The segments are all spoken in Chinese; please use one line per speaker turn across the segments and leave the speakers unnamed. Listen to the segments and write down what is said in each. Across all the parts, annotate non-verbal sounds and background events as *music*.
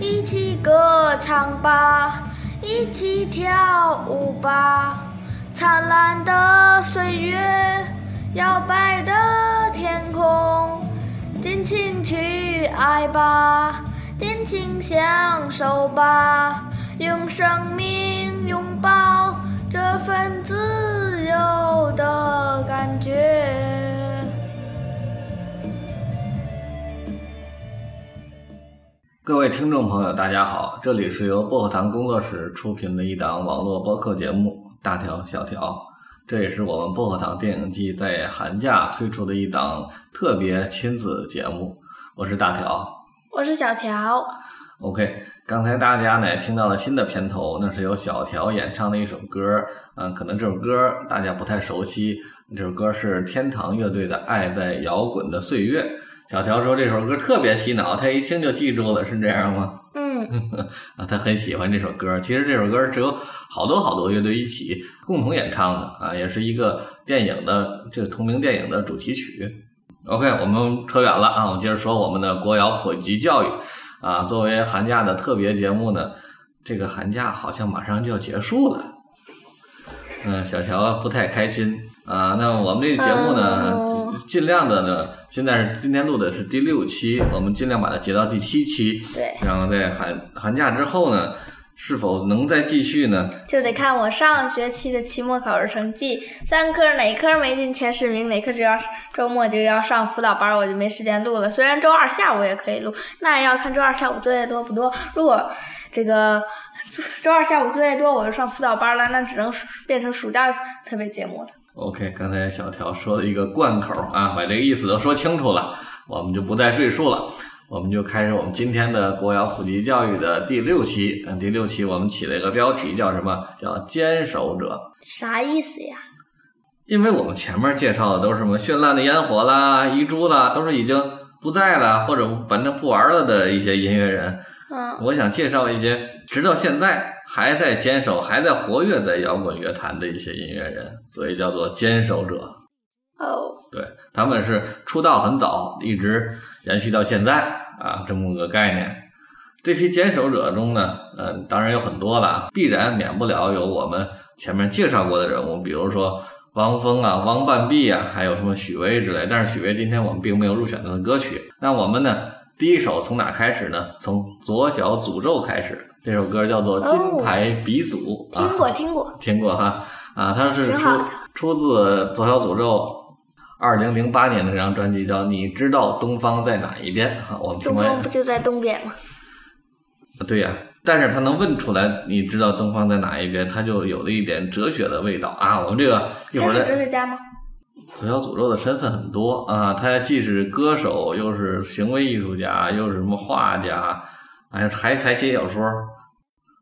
一起歌唱吧，一起跳舞吧，灿烂的岁月，摇摆的天空，尽情去爱吧，尽情享受吧，用生命拥抱这份自由的感觉。
各位听众朋友，大家好，这里是由薄荷糖工作室出品的一档网络播客节目《大条小条》，这也是我们薄荷糖电影季在寒假推出的一档特别亲子节目。我是大条
我是小条，
，OK。刚才大家呢听到了新的片头，那是由小条演唱的一首歌，嗯、可能这首歌大家不太熟悉，这首歌是天堂乐队的《爱在摇滚的岁月》。小条说这首歌特别洗脑，他一听就记住了，是这样吗？
嗯，
*laughs* 啊，他很喜欢这首歌。其实这首歌是由好多好多乐队一起共同演唱的啊，也是一个电影的这个同名电影的主题曲。OK，我们扯远了啊，我们接着说我们的国谣普及教育啊。作为寒假的特别节目呢，这个寒假好像马上就要结束了。嗯，小乔不太开心啊。那我们这个节目呢，
哦
尽量的呢，现在是今天录的是第六期，我们尽量把它截到第七期。
对，
然后在寒寒假之后呢，是否能再继续呢？
就得看我上学期的期末考试成绩，三科哪科没进前十名，哪科就要周末就要上辅导班，我就没时间录了。虽然周二下午也可以录，那也要看周二下午作业多不多。如果这个周周二下午作业多，我就上辅导班了，那只能暑变成暑假特别节目了。
OK，刚才小条说了一个贯口啊，把这个意思都说清楚了，我们就不再赘述了。我们就开始我们今天的国谣普及教育的第六期。嗯，第六期我们起了一个标题叫什么？叫“坚守者
啥意思呀？”，
因为我们前面介绍的都是什么绚烂的烟火啦、遗珠啦，都是已经不在了或者反正不玩了的一些音乐人。
嗯，
我想介绍一些直到现在还在坚守、还在活跃在摇滚乐坛的一些音乐人，所以叫做坚守者。
哦，
对，他们是出道很早，一直延续到现在啊，这么个概念。这批坚守者中呢，嗯、当然有很多了，必然免不了有我们前面介绍过的人物，比如说汪峰啊、汪半壁啊，还有什么许巍之类。但是许巍今天我们并没有入选他的歌曲。那我们呢，第一首从哪开始呢？从《左小诅咒》开始，这首歌叫做《金牌鼻祖》啊。
哦听过听过，
听过哈啊，它是
挺
出
好的
出自《左小诅咒》二零零八年的那张专辑，叫《你知道东方在哪一边》啊，我们听
东
过呀啊
风不就在东边吗？
对呀、但是他能问出来，你知道东方在哪一边，他就有了一点哲学的味道啊。我们这个一会
他
儿
是哲
再。
学家吗？
左小诅咒的身份很多啊，他既是歌手，又是行为艺术家，又是什么画家，哎，还还写小说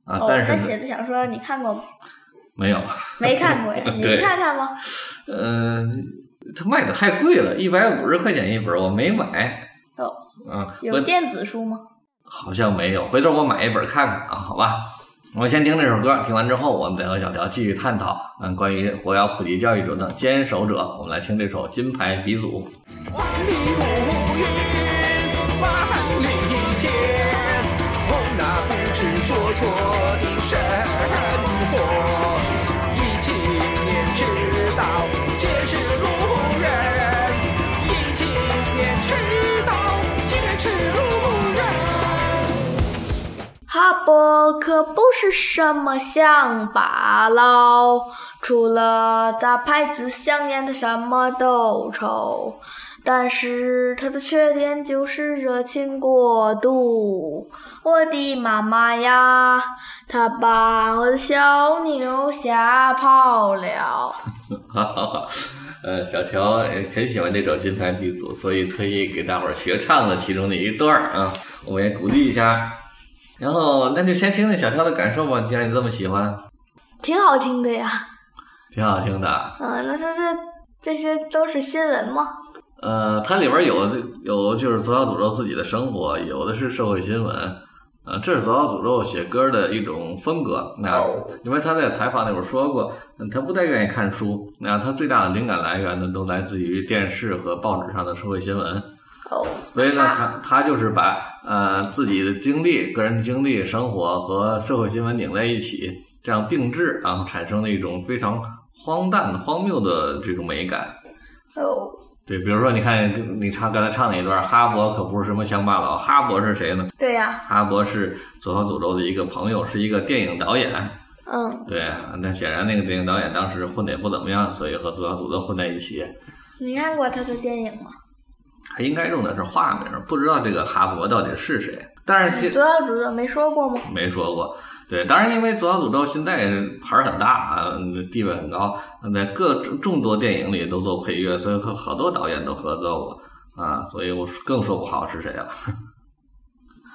啊。
哦，
但
他
是呢
写的小说你看过吗？
没有，
没看
*laughs*
过呀，你
对
看看吗？
嗯，它卖的太贵了，一百五十块钱一本，我没买。
哦，
嗯，
有
我
电子书吗？
好像没有，回头我买一本看看啊，好吧。我先听这首歌，听完之后我们再和小条继续探讨，嗯，关于国谣普及教育中的坚守者。我们来听这首《金牌鼻祖》。 *laughs*
万里无云，万里一天，哦，那不知所措的生活，一青年迟到，皆是路人，一青年迟到，皆是路人。
哈勃可不是什么乡巴佬，除了杂牌子香烟，他什么都抽。但是他的缺点就是热情过度。我的妈妈呀，他把我的小牛吓跑了。 *laughs*
哈哈哈，呃，小条呃很喜欢这首《金牌鼻祖》，所以特意给大伙儿学唱了其中的一段儿啊，我也鼓励一下。然后，那就先听听小条的感受吧。既然你这么喜欢，
挺好听的呀，
挺好听的。啊
嗯、那他这这些都是新闻吗？
呃，它里边儿有的有就是左小诅咒自己的生活，有的是社会新闻。呃，这是左小诅咒写歌的一种风格。那因为他在采访里边说过，嗯他不太愿意看书。那他最大的灵感来源呢，都来自于电视和报纸上的社会新闻。
哦，
所以呢，他他就是把呃自己的经历、个人的经历、生活和社会新闻拧在一起，这样并置啊，产生了一种非常荒诞、荒谬的这种美感。
哦，
对，比如说，你看你唱刚才唱那一段，哈勃可不是什么乡巴佬，哈勃是谁呢？
对呀、
哈勃是左小诅咒的一个朋友，是一个电影导演。
嗯，
对，那显然那个电影导演当时混的也不怎么样，所以和左小诅咒混在一起。
你看过他的电影吗？
他应该用的是化名，不知道这个哈勃到底是谁。但是现
左小诅咒没说过吗？
没说过，对，当然因为左小诅咒现在牌儿很大啊，嗯地位很高，在各众多电影里都做配乐，所以和好多导演都合作过啊，所以我更说不好是谁了。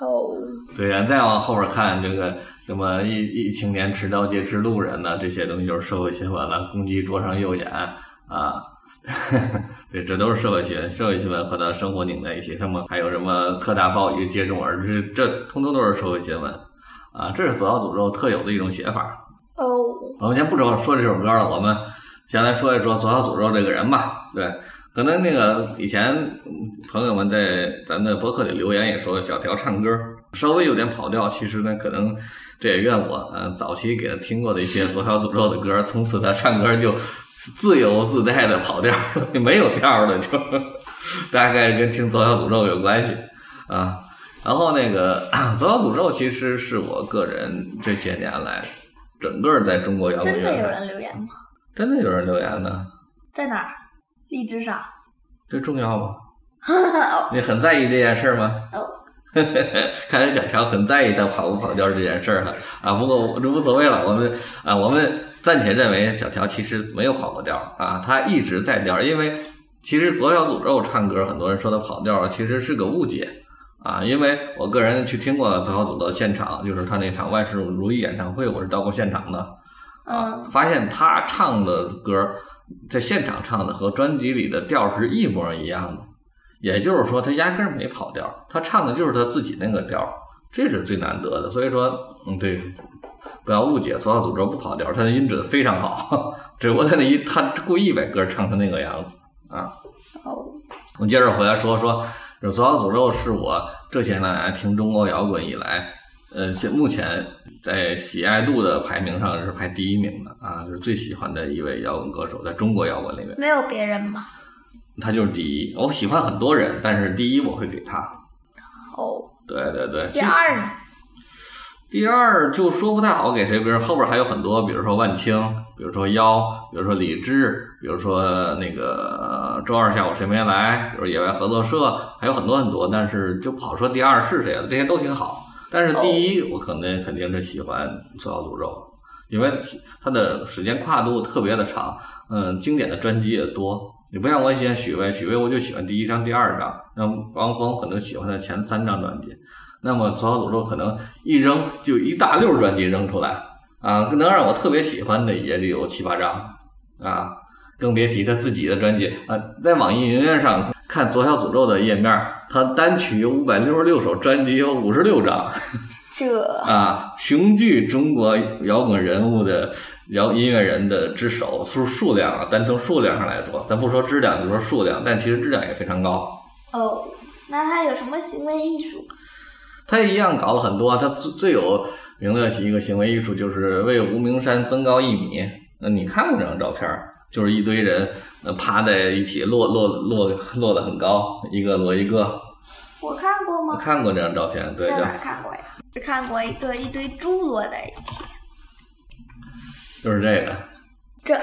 哦，
对呀、再往后边看，这个什么一一青年持刀劫持路人呐，这些东西就是社会新闻了，攻击桌上右眼啊， *laughs* 对，这都是社会新闻，社会新闻和他生活拧在一起。什么还有什么特大暴雨接踵而至，这通通都是社会新闻啊，这是索道诅咒特有的一种写法。
哦，
我们先不说说这首歌了，我们先来说一说左小诅咒这个人吧。对，可能那个以前嗯朋友们在咱的博客里留言也说小条唱歌稍微有点跑调，其实呢，可能这也怨我，嗯、早期给他听过的一些左小诅咒的歌，从此他唱歌就自由自在的跑调， *laughs* 没有调了就，大概跟听左小诅咒有关系啊。然后那个 *clears throat* 左小诅咒其实是我个人这些年来。整个在中国摇滚
真
乐
的有
坛
人留言吗？
真的有人留言呢，
在哪儿？荔枝上。 *laughs*
这重要吗？
哦
你很在意这件事儿吗？ *laughs*
哦，
看来小条很在意他跑不跑调这件事儿了啊。不过这无所谓了，我们啊，我们暂且认为小条其实没有跑过调啊，他一直在调，因为其实左小诅咒唱歌，很多人说他跑调，其实是个误解。啊，因为我个人去听过左小祖的现场，就是他那场万事如意演唱会，我是到过现场的。啊，
嗯
发现他唱的歌在现场唱的和专辑里的调是一模一样的，也就是说他压根儿没跑调，他唱的就是他自己那个调，这是最难得的。所以说，嗯，对，不要误解，左小诅咒不跑调，他的音准非常好， *laughs* 只不过他那一他故意把歌唱成那个样子啊。
哦，
我接着回来说说，这左小诅咒是我这些年来听中国摇滚以来，呃，现目前在喜爱度的排名上是排第一名的啊，就是最喜欢的一位摇滚歌手，在中国摇滚里面，
没有别人吗？
他就是第一。我喜欢很多人，但是第一我会给他。
哦，
对对对，
第二呢？
第二就说不太好给谁，比如后边还有很多，比如说万青，比如说妖，比如说李志，比如说那个呃周二下午谁没来，比如野外合作社，还有很多很多，但是就不好说第二是谁了，这些都挺好。但是第一，我可能肯定是喜欢《左小诅咒》，因为它的时间跨度特别的长，嗯，经典的专辑也多。你不像我喜欢许巍，许巍我就喜欢第一张、第二张，那汪峰可能喜欢他前三张专辑。那么《左小诅咒》可能一扔就一大溜儿专辑扔出来啊，能让我特别喜欢的也得有七八张啊，更别提他自己的专辑啊。在网易云音乐上看《左小诅咒》的页面，他单曲有五百六十六首，专辑有五十六张。
这
啊，雄踞中国摇滚人物的摇音乐人的之首，数数量啊，单从数量上来说，咱不说质量，就说数量，但其实质量也非常高。
哦，那他有什么行为艺术？
他也一样搞了很多，啊他最最有名的一个行为艺术就是为无名山增高一米。那你看过这张照片儿？就是一堆人呃趴在一起落落落落得很高，一个摞一个。
我看过
我
吗？
看过这张照片，对，
在
就
哪儿看过呀？只看过一个一堆猪摞在一起。
就是这个，
这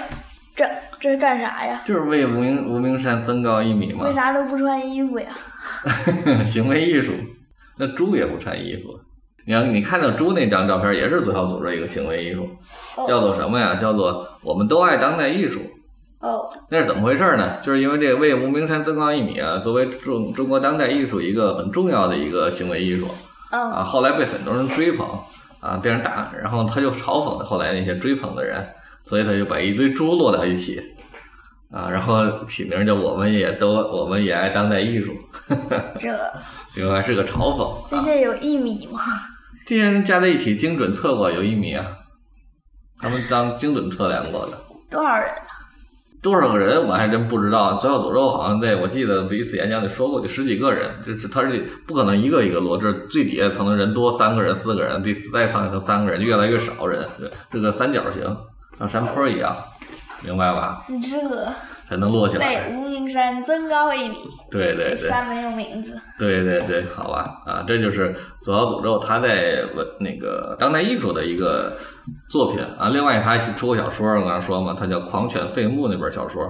这这是干啥呀？
就是为无名无名山增高一米嘛。
为啥都不穿衣服呀？
*laughs* 行为艺术。那猪也不穿衣服，你看你看到猪那张照片，也是左小诅咒一个行为艺术，叫做什么呀？叫做我们都爱当代艺术。
哦
那是怎么回事呢？就是因为这个为无名山增高一米啊，作为中中国当代艺术一个很重要的一个行为艺术
嗯
啊，后来被很多人追捧啊，变成大，然后他就嘲讽后来那些追捧的人，所以他就把一堆猪摞到一起啊，然后起名叫我们也都我们也爱当代艺术，
这
另外是个嘲讽。
这些有一米吗？
这些人加在一起精准测过有一米啊，他们当精准测量过的。
多少人啊？
多少个人我还真不知道。左小诅咒好像对我记得有一次演讲里说过，就十几个人，就是他是不可能一个一个落，这最底下层的人多三个人、四个人，第再上一层三个人，越来越少人，这这个三角形像山坡一样，明白吧？
你这个
才能落下
被
来。
无名山增高一米，
对对对。
山没有名字。
对对对，好吧，啊，这就是左小诅咒他在文那个当代艺术的一个作品啊。另外，他还出过小说，我刚才说嘛，他叫《狂犬废墓》那本小说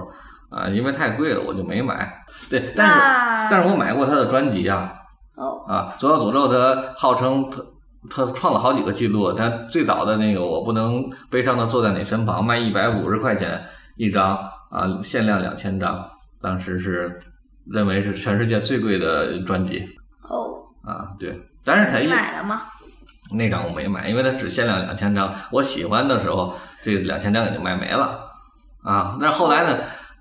啊，因为太贵了，我就没买。对，但是
那
但是我买过他的专辑啊，
哦，
啊，左小诅咒他号称他他创了好几个记录，他最早的那个我不能悲伤的坐在你身旁卖一百五十块钱一张啊，限量两千张，当时是认为是全世界最贵的专辑
哦，
啊，对，但是才
你
一
买了吗？
那张我没买，因为它只限量两千张，我喜欢的时候这两千张也就卖没了啊。那后来呢？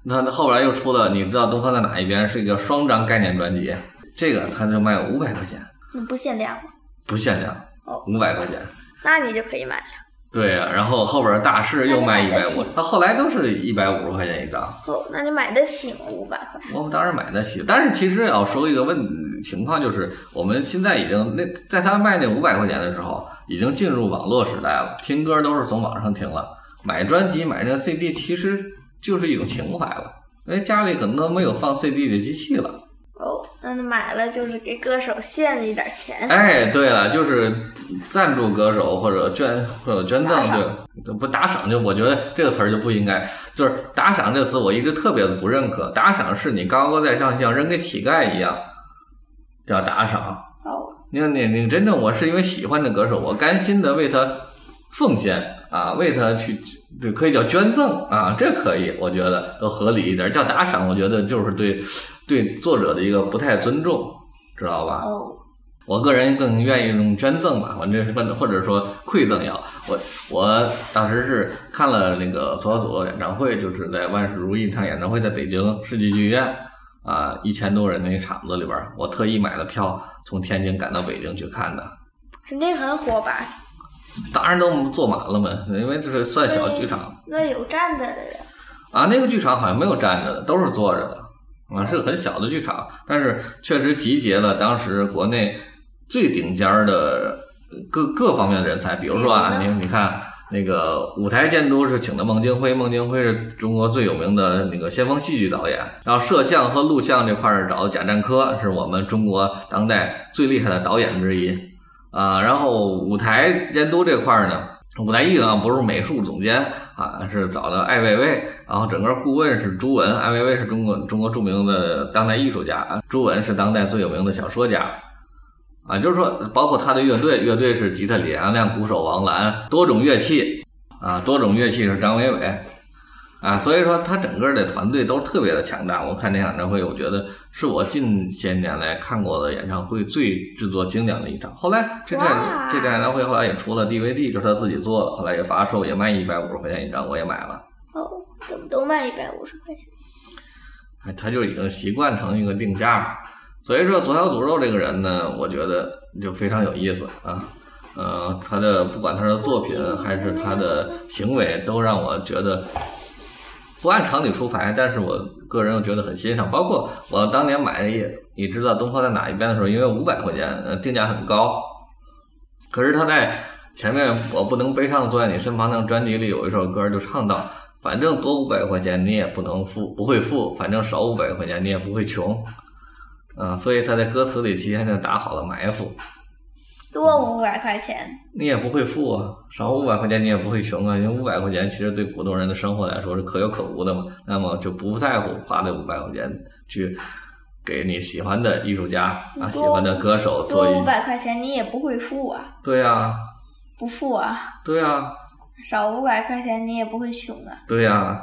那那后来又出了，你知道《东方在哪一边》是一个双张概念专辑，这个它就卖五百块钱。
你不限量吗？
不限量
哦，
五百块钱。
那你就可以买了。
对呀、然后后边儿大师又卖一
那
百
就买得
五
起，
他后来都是一百五十块钱一张，
哦，那你买得起吗？五百块。
*laughs* 我们当然买得起。但是其实要说一个问情况，就是我们现在已经那在他卖那五百块钱的时候，已经进入网络时代了，听歌都是从网上听了，买专辑买这 CD 其实就是一种情怀了，因为家里可能都没有放 CD 的机器了。
哦，那你买了就是给歌手献一点钱。
哎，对了，就是赞助歌手或者捐或者捐赠
打，赏
对，不打赏就我觉得这个词儿就不应该，就是打赏这个词我一直特别不认可。打赏是你高高在上，像扔给乞丐一样叫打赏。
哦，
你看，你你真正我是因为喜欢这歌手，我甘心的为他奉献啊，为他去，这可以叫捐赠啊，这可以，我觉得都合理一点。叫打赏，我觉得就是对对作者的一个不太尊重，知道吧？
哦，
我个人更愿意用捐赠吧，我这或者或者说馈赠也好。我我当时是看了那个左小祖的演唱会，就是在万事如意那场演唱会，在北京世纪剧院啊，一千多人那个场子里边儿，我特意买了票，从天津赶到北京去看的。
肯定很火吧？
当然都坐满了嘛，因为这是算小剧场
那有站着的人。
啊。那个剧场好像没有站着的，都是坐着的啊，是个很小的剧场，但是确实集结了当时国内最顶尖儿的呃各各方面的人才。比如说啊，你
嗯
你看那个舞台监督是请的孟京辉，孟京辉是中国最有名的那个先锋戏剧导演，然后摄像和录像这块儿找的贾樟柯，是我们中国当代最厉害的导演之一。啊，然后舞台监督这块儿呢，舞台艺术啊不是美术总监啊，是找的艾未未，然后整个顾问是朱文，艾未未是中国中国著名的当代艺术家，啊朱文是当代最有名的小说家。啊，就是说，包括他的乐队，乐队是吉他李阳亮、鼓手王澜，多种乐器，啊，多种乐器是张伟伟，啊，所以说他整个的团队都特别的强大。我看这场演唱会，我觉得是我近些年来看过的演唱会最制作精良的一场。后来这场
哇
这场演唱会后来也出了 DVD，就是他自己做的，后来也发售，也卖一百五十块钱一张，我也买了。
哦，怎么都卖一百五十块钱？
哎，他就已经习惯成一个定价了。所以说，左小诅咒这个人呢，我觉得就非常有意思啊。呃，他的不管他的作品还是他的行为，都让我觉得不按常理出牌，但是我个人又觉得很欣赏。包括我当年买也也知道东坡在哪一边的时候，因为五百块钱，呃，定价很高，可是他在前面我不能悲伤地坐在你身旁那张专辑里有一首歌就唱到，反正多五百块钱你也不能付，不会付，反正少五百块钱你也不会穷，嗯，所以他在歌词里提前就打好了埋伏，嗯
多五百块钱。
你也不会付啊，少五百块钱你也不会穷啊，因为五百块钱其实对普通人的生活来说是可有可无的嘛，那么就不在乎花这五百块钱去给你喜欢的艺术家啊、喜欢的歌手做
多
一
五，百块钱你也不会付啊，
对呀、啊，
不付啊，
对呀、
少五百块钱你也不会穷啊，
对呀、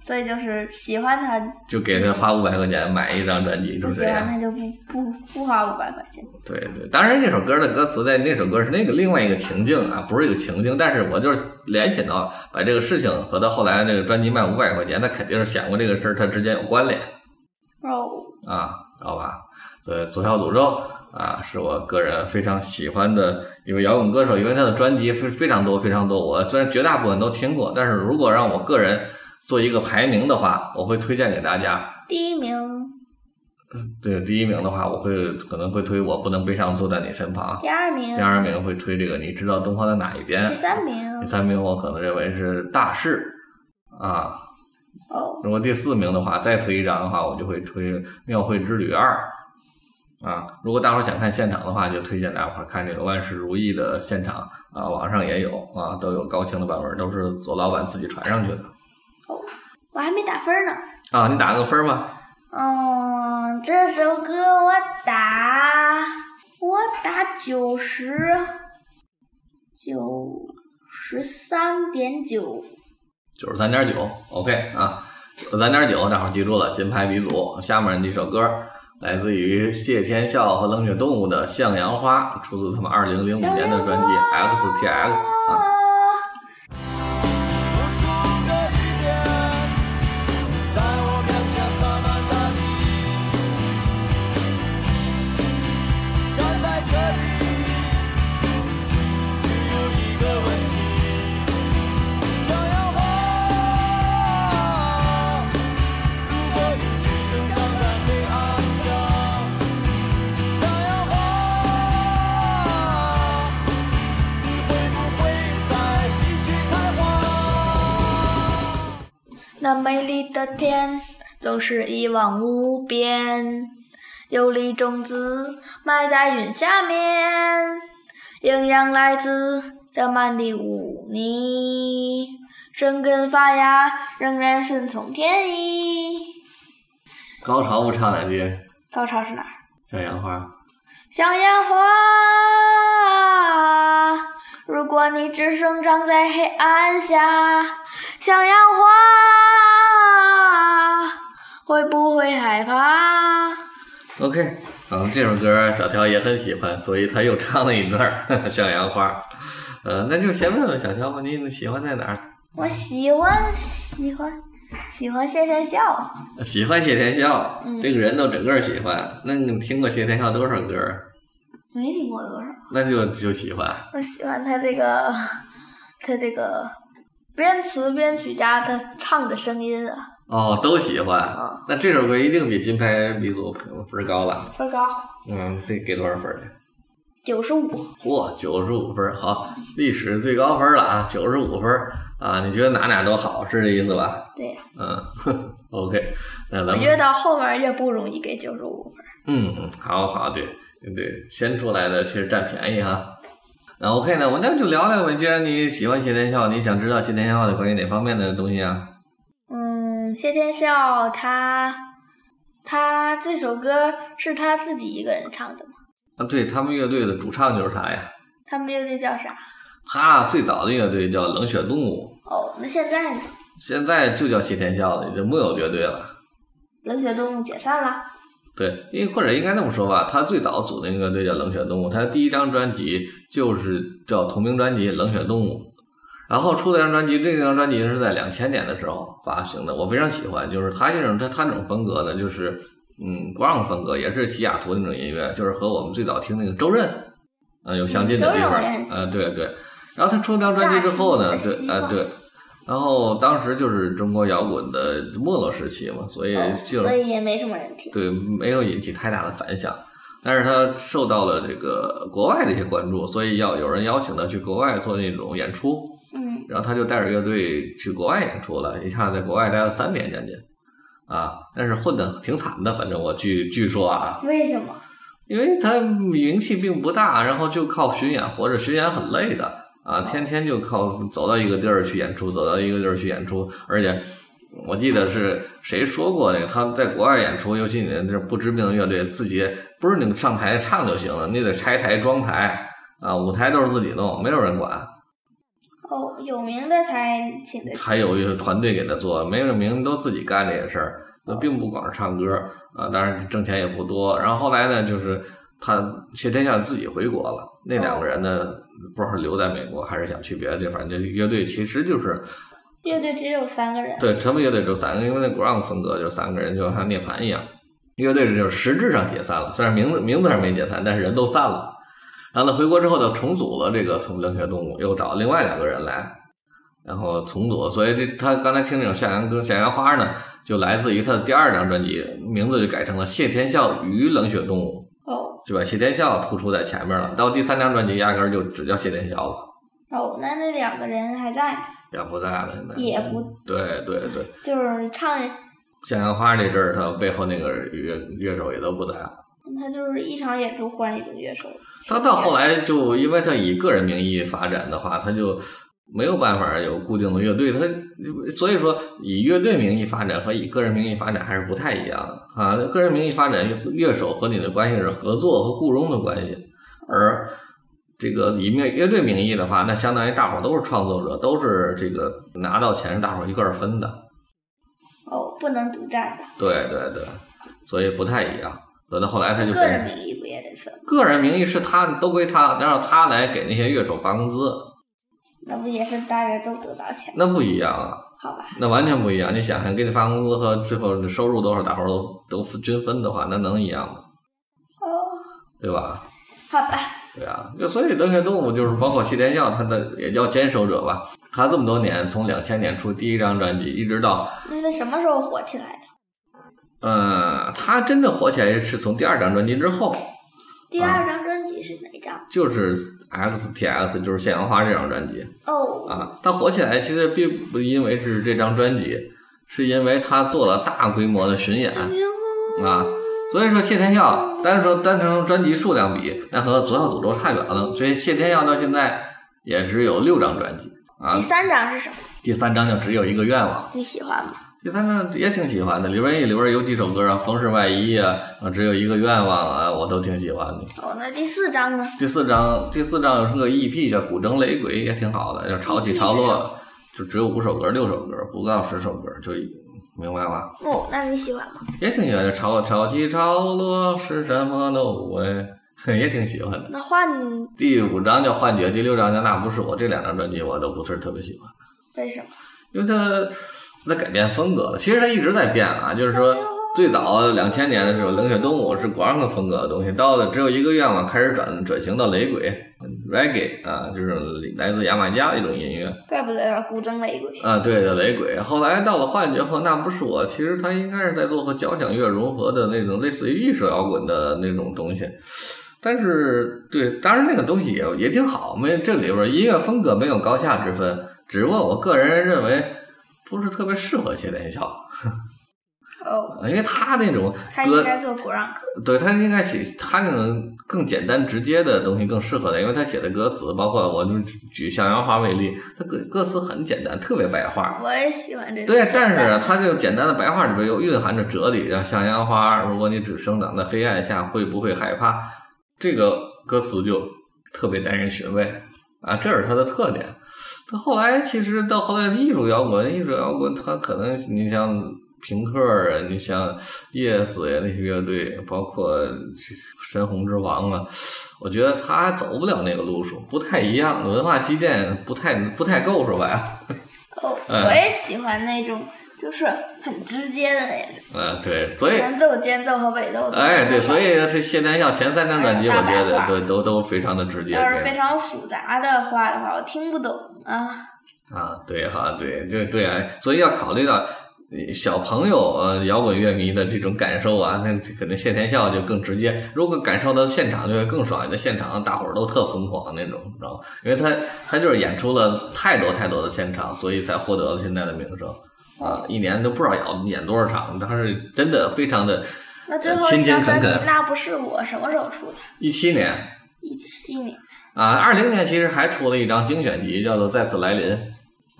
所以就是喜欢他，
就给他花五百块钱买一张专辑，就
不
是这
喜欢
样。
他就不不不花五百块钱。
对对，当然这首歌的歌词在那首歌是那个另外一个情境啊，不是一个情境，但是我就是联想到把这个事情和他后来这个专辑卖五百块钱，他肯定是想过这个事儿，他之间有关联
哦，
啊，知道吧？所以左小诅咒啊，是我个人非常喜欢的一位摇滚歌手，因为他的专辑非非常多非常多，我虽然绝大部分都听过，但是如果让我个人做一个排名的话，我会推荐给大家。
第一名、
对第一名的话，我会可能会推《我不能悲伤坐在你身旁》，
第二名、
第二名会推这个《你知道东方的哪一边》，
嗯第三名
第。三名我可能认为是《大事》啊。
哦，
如果第四名的话，再推一张的话，我就会推《庙会之旅二》啊。如果大伙儿想看现场的话，就推荐大伙儿看这个万事如意的现场啊，网上也有啊，都有高清的版本，都是左老板自己传上去的
我还没打分呢。
啊。你打个分儿吧，
嗯，这首歌我打，我打九十，九十三点九。
九十三点九，OK 啊，九十三点九，大伙儿记住了，金牌鼻祖。下面这首歌来自于谢天笑和冷血动物的《向阳花》，出自他们二零零五年的专辑《XTX》啊。
无数个雨点在我面前洒满大地，站在这里，只有一个问题：想要我，如果一直生长在黑暗下，想要我。你会不会再继续开花？
那美丽的天总是一望无边，有粒种子埋在云下面，营养来自这满地污泥，生根发芽仍然顺从天意。
高潮不唱哪句？
高潮是哪儿？
向阳花。
向阳花，如果你只生长在黑暗下，向阳花会不会害怕？
OK，嗯，这首歌小乔也很喜欢，所以他又唱了一段儿 *laughs* 《向阳花》。呃，那就先问问小乔吧，你喜欢在哪儿？
我喜欢喜欢喜欢谢天笑，
喜欢谢天笑、
嗯
这个人，都整个喜欢。那你听过谢天笑多少歌儿？
没听过多少，
那就就喜欢。
我喜欢他这个 *laughs* 他这个编词编曲家他唱的声音啊，
哦，都喜欢。
啊
那这首歌一定比金牌鼻祖分儿高了。
分高
嗯，这给多少分儿呢？
九十五，
嚯，九十五分儿，好，历史最高分儿了啊，九十五分儿啊！你觉得哪哪都好，是这意思吧？
对呀、
嗯 *laughs* ，OK，那咱
我
们
越到后面越不容易给九十五分。
嗯，好好，对对，先出来的其实占便宜哈。那 OK 呢，我那就聊聊呗。既然你喜欢谢天笑，你想知道谢天笑的关于哪方面的东西啊？
嗯，谢天笑他他这首歌是他自己一个人唱的吗？
啊，对他们乐队的主唱就是他呀。
他们乐队叫啥？
他最早的乐队叫冷血动物，
哦，那现在呢？
现在就叫谢天笑了，已经木有乐队了。
冷血动物解散了。
对，因为或者应该那么说吧，他最早组那个乐队叫冷血动物，他第一张专辑就是叫同名专辑《冷血动物》，然后出了一张专辑，这张专辑是在两千年的时候发行的，我非常喜欢，就是他这种他他这种风格呢，就是嗯 ground 风格，也是西雅图那种音乐，就是和我们最早听那个周润，呃，有相近
嗯
的
周
地
润
方
我也很，喜
呃，对对，然后他出了张专辑之后呢，
炸鸡
对，
的
呃
希
对。然后当时就是中国摇滚的没落时期嘛，所以
哦
就
所以也没什么人听。
对，没有引起太大的反响。但是他受到了这个国外的一些关注，所以要有人邀请他去国外做那种演出，
嗯，
然后他就带着乐队去国外演出了，一下在国外待了三年将近，啊，但是混的挺惨的，反正我据据说啊，
为什么？
因为他名气并不大，然后就靠巡演活着，巡演很累的啊，天天就靠走到一个地儿去演出，走到一个地儿去演出，而且我记得是谁说过那个他在国外演出，尤其你这不知名的乐队，自己不是你上台唱就行了，你得拆台装台啊，舞台都是自己弄，没有人管，
哦，有名的才请得起。
还有一个团队给他做，没有名都自己干这些事儿，那并不光是唱歌啊，当然挣钱也不多。然后后来呢，就是他谢天笑自己回国了，那两个人呢，不知道是留在美国还是想去别的地方，这乐队其实就是
乐队只有三个人。
对，他们乐队就三个，因为那 ground 风格就三个人，就像涅槃一样。乐队就是实质上解散了，虽然名字名字上没解散，但是人都散了。然后呢，回国之后就重组了这个从冷血动物，又找另外两个人来，然后重组，所以这他刚才听那种向阳歌、向阳花呢，就来自于他的第二张专辑，名字就改成了谢天笑与冷血动物，
哦
是吧？谢天笑突出在前面了，到第三张专辑压根儿就只叫谢天笑了，
哦，那那两个人还在，
也不在了，现在
也不
对对对，
就是唱，
向阳花那阵儿，他背后那个乐乐手也都不在了。
他就是一场演出换一种乐手。
他到后来就因为他以个人名义发展的话，他就没有办法有固定的乐队，他所以说以乐队名义发展和以个人名义发展还是不太一样的啊。个人名义发展，乐手和你的关系是合作和雇佣的关系，而这个以乐乐队名义的话，那相当于大伙儿都是创作者，都是这个拿到钱是大伙儿一块儿分的。
哦，不能独占的，
对对对，所以不太一样。等到后来他就
个
变
人名义不也得分吗？
个人名义是他都归他，让他来给那些乐手发工资，
那不也是大家都得到钱？
那不一样啊，
好吧，
那完全不一样。你想想，给你发工资和最后收入多少，大伙儿都都分均分的话，那能一样吗？
哦，
对吧？
好吧，
对啊，就所以冷血动物就是包括谢天笑，他的也叫坚守者吧。他这么多年，从两千年出第一张专辑，一直到
那他什么时候火起来的？
呃，他真正火起来是从第二张专辑之后，
第二张专辑是哪张？
就是 XTX，就是向阳花这张专辑。
哦，
啊，他火起来其实并不因为是这张专辑，是因为他做了大规模的巡
哎
演啊。所以说谢天笑，单说单纯从专辑数量比，那和左小诅咒差远了。所以谢天笑到现在也只有六张专辑啊
第，三张是什么？
第三张就只有一个愿望。
你喜欢吗？
第三张也挺喜欢的，里边也里边有几首歌啊，《风是外衣》啊，啊，只有一个愿望啊，我都挺喜欢的。
哦，那第四张呢？
第四张，第四张有是个 EP 叫《古筝雷鬼》，也挺好的，叫潮起潮落，就只有五首歌、六首歌，不到十首歌，就明白吧？
哦，那你喜欢吗？
也挺喜欢的，潮潮起潮落是什么路？哎，也 *laughs* 挺喜欢的。
那换
第五张叫《幻觉》，第六张叫《那不是我》，这两张专辑我都不是特别喜欢，
为什么？
因为它它改变风格了。其实它一直在变啊，就是说。最早两千年的时候，冷血动物是国浪风格的东西，到了只有一个愿望，开始转转型到雷鬼 reggae 啊，就是来自牙买加的一种音乐
怪不得古筝雷鬼。
啊，对的雷鬼。后来到了幻觉后，那不是我，其实他应该是在做和交响乐融合的那种类似于艺术摇滚的那种东西。但是，对，当然那个东西也也挺好，没这里边音乐风格没有高下之分，只不过我个人认为不是特别适合谢天笑，
哦，
因为他那种
他
歌
应该做古浪歌。
对他应该写他那种更简单直接的东西更适合他，因为他写的歌词，包括我就举举向阳花为例，他歌歌词很简单，特别白话。
我也喜欢这种
对
*laughs* 简单。，
但是啊他这种简单的白话里边又蕴含着哲理，像向阳花，如果你只生长在黑暗下，会不会害怕？这个歌词就特别耐人寻味 *laughs* 啊，这是他的特点。他后来其实到后来艺术摇滚，艺术摇滚他可能你像平克儿啊，你像 Yes 呀那些乐队，包括深红之王啊，我觉得他走不了那个路数，不太一样，文化积淀不太不太够是吧？
哦，
嗯
我也喜欢那种，就是很直接的那种，
嗯、对，所以
前奏、间奏和尾奏。
哎对，所以这谢天笑前三张专辑，我觉
哎大白
得
话
对都都非常的直接，
要是
对
非常复杂的话的话，我听不懂啊。
啊，对哈、对，对对啊，所以要考虑到呃小朋友呃摇滚乐迷的这种感受啊，那可能谢天笑就更直接。如果感受到现场就会更爽，在现场大伙儿都特疯狂那种，你知道吗？因为他他就是演出了太多太多的现场，所以才获得了现在的名声啊，一年都不知道演演多少场，他是真的非常的。
那最后
勤
一
勤
张专
恳
辑
恳
《那不是我》什么时候出的？
一七年
一七年。
啊，二零年其实还出了一张精选集，叫做《再次来临》，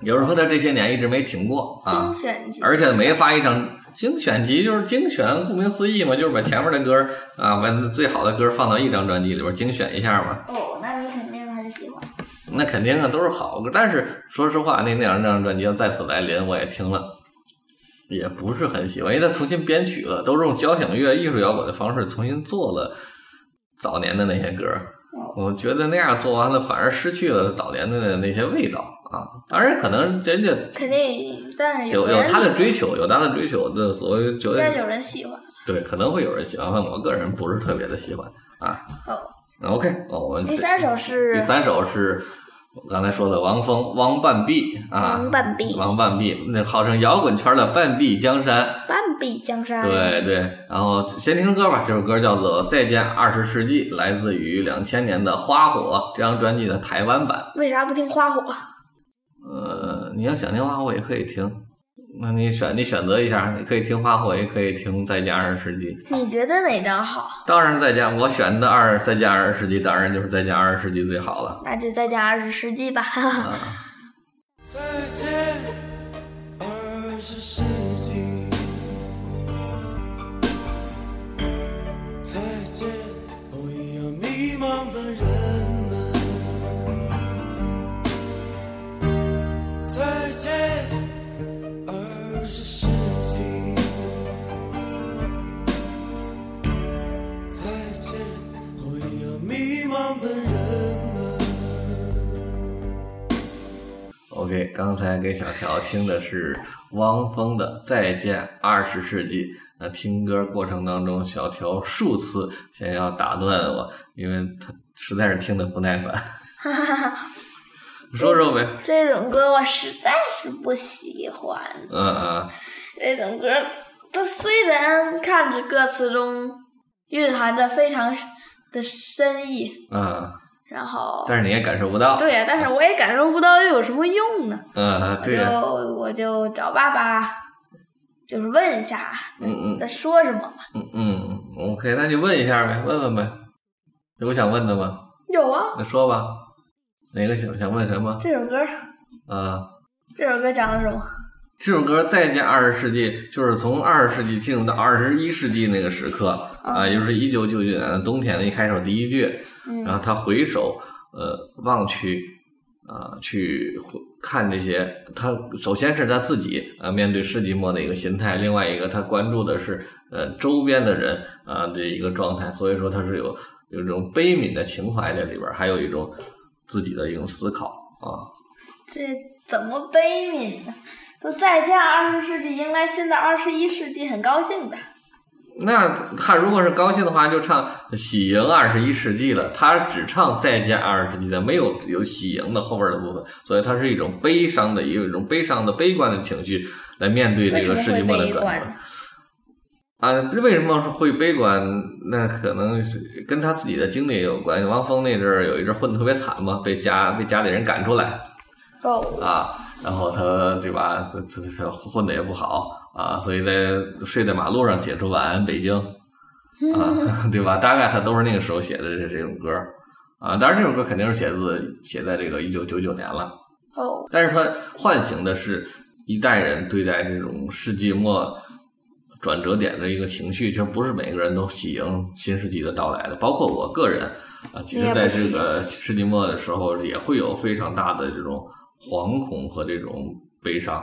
有人说他这些年一直没停过啊。
精选集，
而且每发一张精选集，就是精选，顾名思义嘛，就是把前面的歌儿啊，把最好的歌儿放到一张专辑里边儿精选一下嘛。
哦，那你肯定很喜欢。
那肯定啊，都是好歌。但是说实话，那那两张专辑《再次来临》，我也听了，也不是很喜欢，因为他重新编曲了，都是用交响乐、艺术摇滚的方式重新做了早年的那些歌儿。
哦
我觉得那样做完了，反而失去了早年的那些味道啊。当然，可能人家
肯定，但是
有有
人
他的追求，有他的追求的所谓觉得
但有人喜欢。
对，可能会有人喜欢，但我个人不是特别的喜欢啊。
哦，
那 OK，哦，我们
第三首是
第三首是我刚才说的王峰、汪半壁啊，
王半壁
王半壁，那号称摇滚圈的半壁江山，
半壁江山。
对对。然后先听歌吧，这首歌叫做《再见二十世纪》，来自于两千年的《花火》这张专辑的台湾版。
为啥不听花火？
呃，你要想听花火也可以听，那你选你选择一下，你可以听花火，也可以听《再见二十世纪》。
你觉得哪张好？
当然再见，我选的二再见二十世纪，当然就是再见二十世纪最好了。
那就再加二十世纪吧。
啊，
再见，二十世纪。再见，我一样迷茫的人们。再见，二十世纪。再见，我一样迷茫的人们。
OK，刚才给小乔听的是汪峰的《再见二十世纪》。那听歌过程当中，小乔数次想要打断我，因为他实在是听得不耐烦。说说呗，
*laughs* 这种歌我实在是不喜欢。
嗯嗯，
这种歌，它虽然看着歌词中蕴含着非常的深意，
嗯，
然后
但是你也感受不到，
对呀，但是我也感受不到又有什么用呢？
嗯，对呀，
就我就找爸爸，就是问一下
嗯嗯
他说什么嘛。
嗯嗯，OK，那就问一下呗，问问呗，有想问的吗？
有啊，
那说吧，哪个想想问什么？
这首歌，
啊，
这首歌讲的什么？
这首歌《再见二十世纪》就是从二十世纪进入到二十一世纪那个时刻啊，也就是一九九九年的冬天的一开首第一句，
嗯
然后他回首呃望去啊、去回看这些，他首先是他自己啊面对世纪末的一个心态，另外一个他关注的是呃周边的人啊的一个状态，所以说他是有有这种悲悯的情怀在里边儿，还有一种自己的一种思考啊。
这怎么悲悯呢？都再见二十世纪，迎来新的二十一世纪，很高兴的。
那他如果是高兴的话，就唱《喜迎二十一世纪》了。他只唱《再见二十世纪》的，没有有喜迎的后边的部分，所以它是一种悲伤的，也有一种悲伤的、悲观的情绪来面对这个世纪末的
为什么会
转折
悲观呢
啊。为什么会悲观？那可能是跟他自己的经历也有关系。汪峰那阵儿有一阵儿混得特别惨嘛，被家被家里人赶出来，
哦，
啊，然后他对吧，这这这混的也不好啊，所以在睡在马路上写出“晚安北京”，啊， *laughs* 对吧？大概他都是那个时候写的这这种歌儿啊，当然这首歌肯定是写自写在这个一九九九年了，
哦，
但是他唤醒的是一代人对待这种世纪末。转折点的一个情绪，其实不是每个人都喜迎新世纪的到来的，包括我个人啊，其
你
实
也
在
不
这
喜
个世纪末的时候，也会有非常大的这种惶恐和这种悲伤，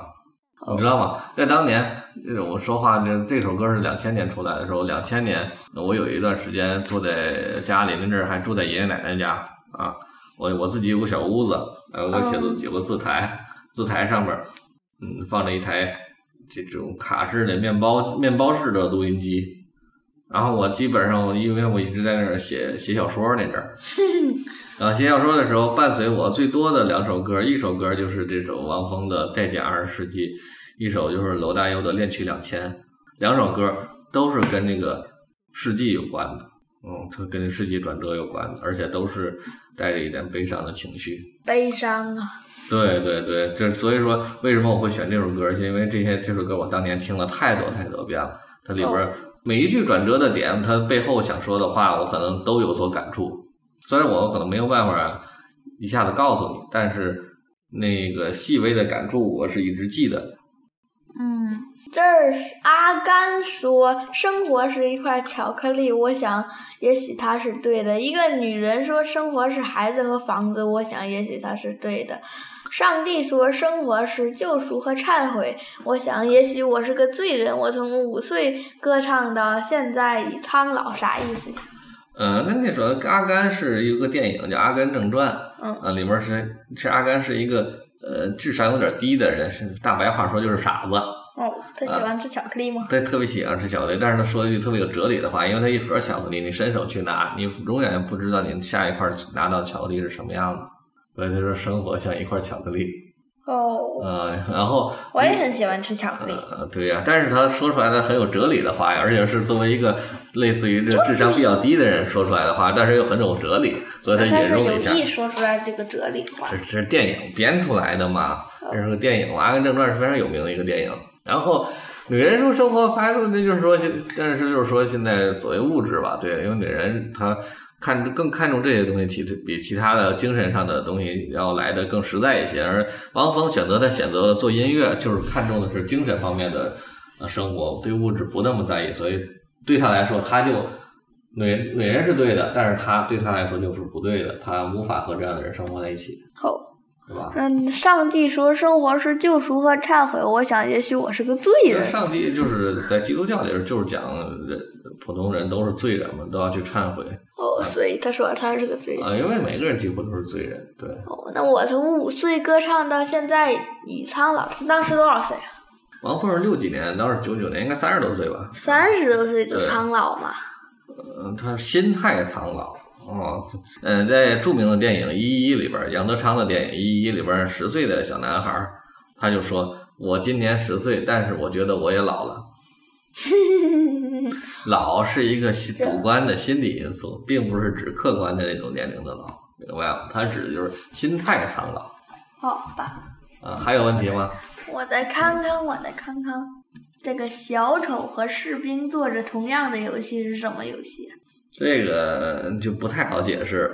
你知道吗？在当年，呃我说话这这首歌是两千年出来的时候，两千年呃我有一段时间住在家里，那阵儿还住在爷爷奶奶家啊，我我自己有个小屋子，呃，我写了有个字台，字台上面儿嗯放着一台这种卡式的面包面包式的录音机。然后我基本上，因为我一直在那儿写写小说那阵儿，啊，写小说的时候，伴随我最多的两首歌，一首歌就是这首汪峰的《再见二十世纪》，一首就是罗大佑的《恋曲两千》，两首歌都是跟这个世纪有关的，嗯，它跟世纪转折有关的，而且都是带着一点悲伤的情绪。
悲伤啊！
对对对，这所以说为什么我会选这首歌，是因为这些这首歌我当年听了太多太多遍了，它里边儿每一句转折的点，它背后想说的话，我可能都有所感触。虽然我可能没有办法一下子告诉你，但是那个细微的感触我是一直记得的。
嗯，这儿是阿甘说，生活是一块巧克力，我想也许他是对的。一个女人说，生活是孩子和房子，我想也许他是对的。上帝说，生活是救赎和忏悔，我想也许我是个罪人。我从五岁歌唱到现在已苍老，啥意思呀？
嗯，那那首《阿甘》是一个电影叫《阿甘正传》，
嗯
啊，里面是是阿甘是一个呃智商有点低的人，是大白话说就是傻子。
哦，他喜欢吃巧克力吗？
他特别喜欢吃巧克力，但是他说一句特别有哲理的话，因为他一盒巧克力，你伸手去拿，你永远不知道你下一块拿到巧克力是什么样的。所以他说生活像一块巧克力
哦，
啊、然后
我也很喜欢吃巧克力。
呃，对呀、但是他说出来的很有哲理的话呀，而且是作为一个类似于这智商比较低的人说出来的话，但是又很有哲理，所呃以他
他
引
是
入了
有
一下。
意说出来这个哲理话
这，这是电影编出来的嘛？这是个电影，《阿甘正传》是非常有名的一个电影。然后《女人说生活》发出，那就是说现，但是就是说现在所谓物质吧，对，因为女人她看更看重这些东西，其比其他的精神上的东西要来的更实在一些。而王峰选择他选择做音乐，就是看重的是精神方面的呃生活，对物质不那么在意，所以对他来说，他就。女人女人是对的，但是他对他来说就是不对的，他无法和这样的人生活在一起。
哦，
对吧？
嗯，上帝说生活是救赎和忏悔，我想也许我是个罪
因为
人。
上帝就是在基督教里边就是讲人普通人都是罪人嘛，都要去忏悔
哦，所以他说他是个罪人。
啊，因为每个人几乎都是罪人。对，
哦，那我从五岁歌唱到现在已苍老，当时多少岁啊？
王凤是六几年，当时九九年，应该三十多岁吧。
三十多岁就
对
苍老嘛？
嗯，他心态苍老。哦，嗯，在著名的电影《一一》里边，杨德昌的电影《一一》里边，十岁的小男孩儿他就说：“我今年十岁，但是我觉得我也老了。”老是一个心主观的心理因素，并不是指客观的那种年龄的老，明白吗？它指的就是心态苍老
好吧，
啊。还有问题吗？
我再看看，我再看看，这个小丑和士兵做着同样的游戏是什么游戏啊？
这个就不太好解释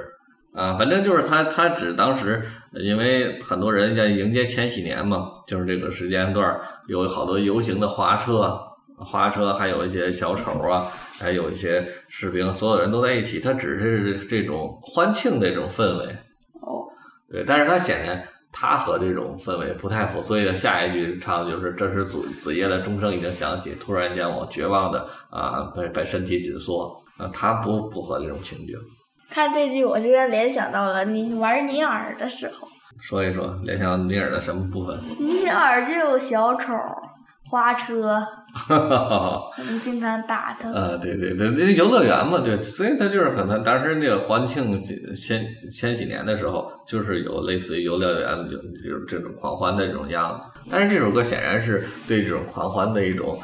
啊。反正就是他，他指当时因为很多人要迎接千禧年嘛，就是这个时间段儿有好多游行的花车，花车还有一些小丑啊，还有一些士兵，所有人都在一起，他只是这种欢庆的这种氛围。
哦，
对，但是他显然他和这种氛围不太符，所以呢，下一句唱就是“这时子子夜的钟声已经响起，突然间我绝望的啊，把把身体紧缩啊，他不符合这种情景。
看这句，我居然联想到了你玩尼尔的时候，
说一说联想尼尔的什么部分？ *laughs*
尼尔就有小丑、花车，我们经常打 *laughs* 他。
啊，对对对，这游乐园嘛，对，所以它就是很多当时那个欢庆千千禧年的时候，就是有类似于游乐园有有这种狂欢的这种样子。但是这首歌显然是对这种狂欢的一种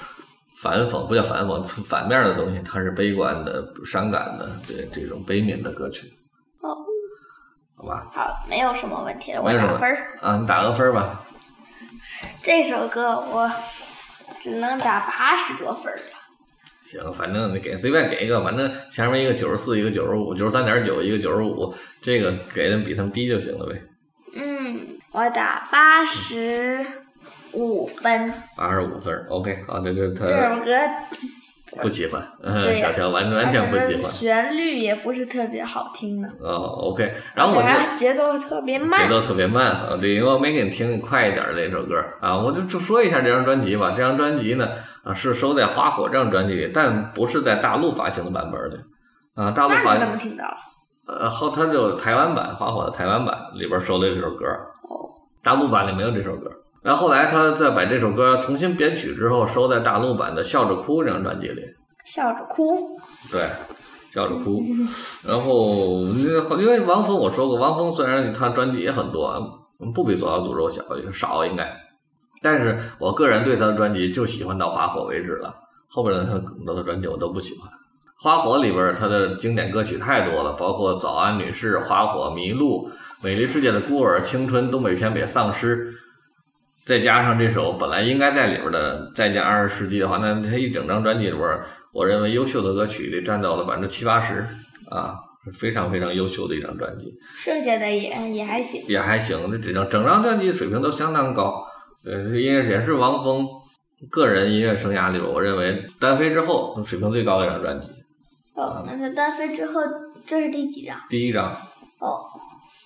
反讽，不叫反讽，反面的东西，它是悲观的、伤感的，对这种悲悯的歌曲。
哦，
好吧，
好，没有什么问题了，我
没有什
打
么
分儿。
啊，你打个分儿吧，
这首歌我只能打八十多分儿了。
行，反正你给随便给一个，反正前面一个九十四，一个九十五，九十三点九，一个九十五，这个给的比他们低就行了呗。
嗯，我打八十五分。
八十五分儿，OK，好，这就是
这
他
首歌
不喜欢，
啊对
嗯，
呀
小乔完完全不
而且它
喜
的
欢。
旋律也不是特别好听呢，
哦，OK，然后我
它
就
节奏特别慢
节。奏特别慢啊，对，因为我没给你听快一点儿的一首歌啊，我就就说一下这张专辑吧。这张专辑呢，啊，是收在《花火》这张专辑里，但不是在大陆发行的版本的。啊，大陆
那
发
你怎么
行，
听到？
呃，后它就台湾版《花火》的台湾版里边收的这首歌，
哦，
大陆版里没有这首歌。然后后来他再把这首歌重新编曲之后，收在大陆版的《笑着哭》这张专辑里。
笑着哭。
对，笑着哭。然后那因为王峰我说过，王峰虽然他专辑也很多，啊不比左小诅咒小少应该，但是我个人对他的专辑就喜欢到花火为止了，后边的他很多的专辑我都不喜欢。花火里边他的经典歌曲太多了，包括《早安女士》《花火》《迷路》《美丽世界的孤儿》《青春》《东北偏北》《丧尸》。再加上这首本来应该在里边的《再见二十世纪》的话，那它一整张专辑里边，我认为优秀的歌曲里占到了百分之七八十啊，是非常非常优秀的一张专辑，
剩下的也也还行。
也还行。这整张整张专辑水平都相当高，呃，因为也是王峰个人音乐生涯里边，我认为单飞之后水平最高的一张专辑，
哦，那他单飞之后，这是第几张？
第一张。
哦，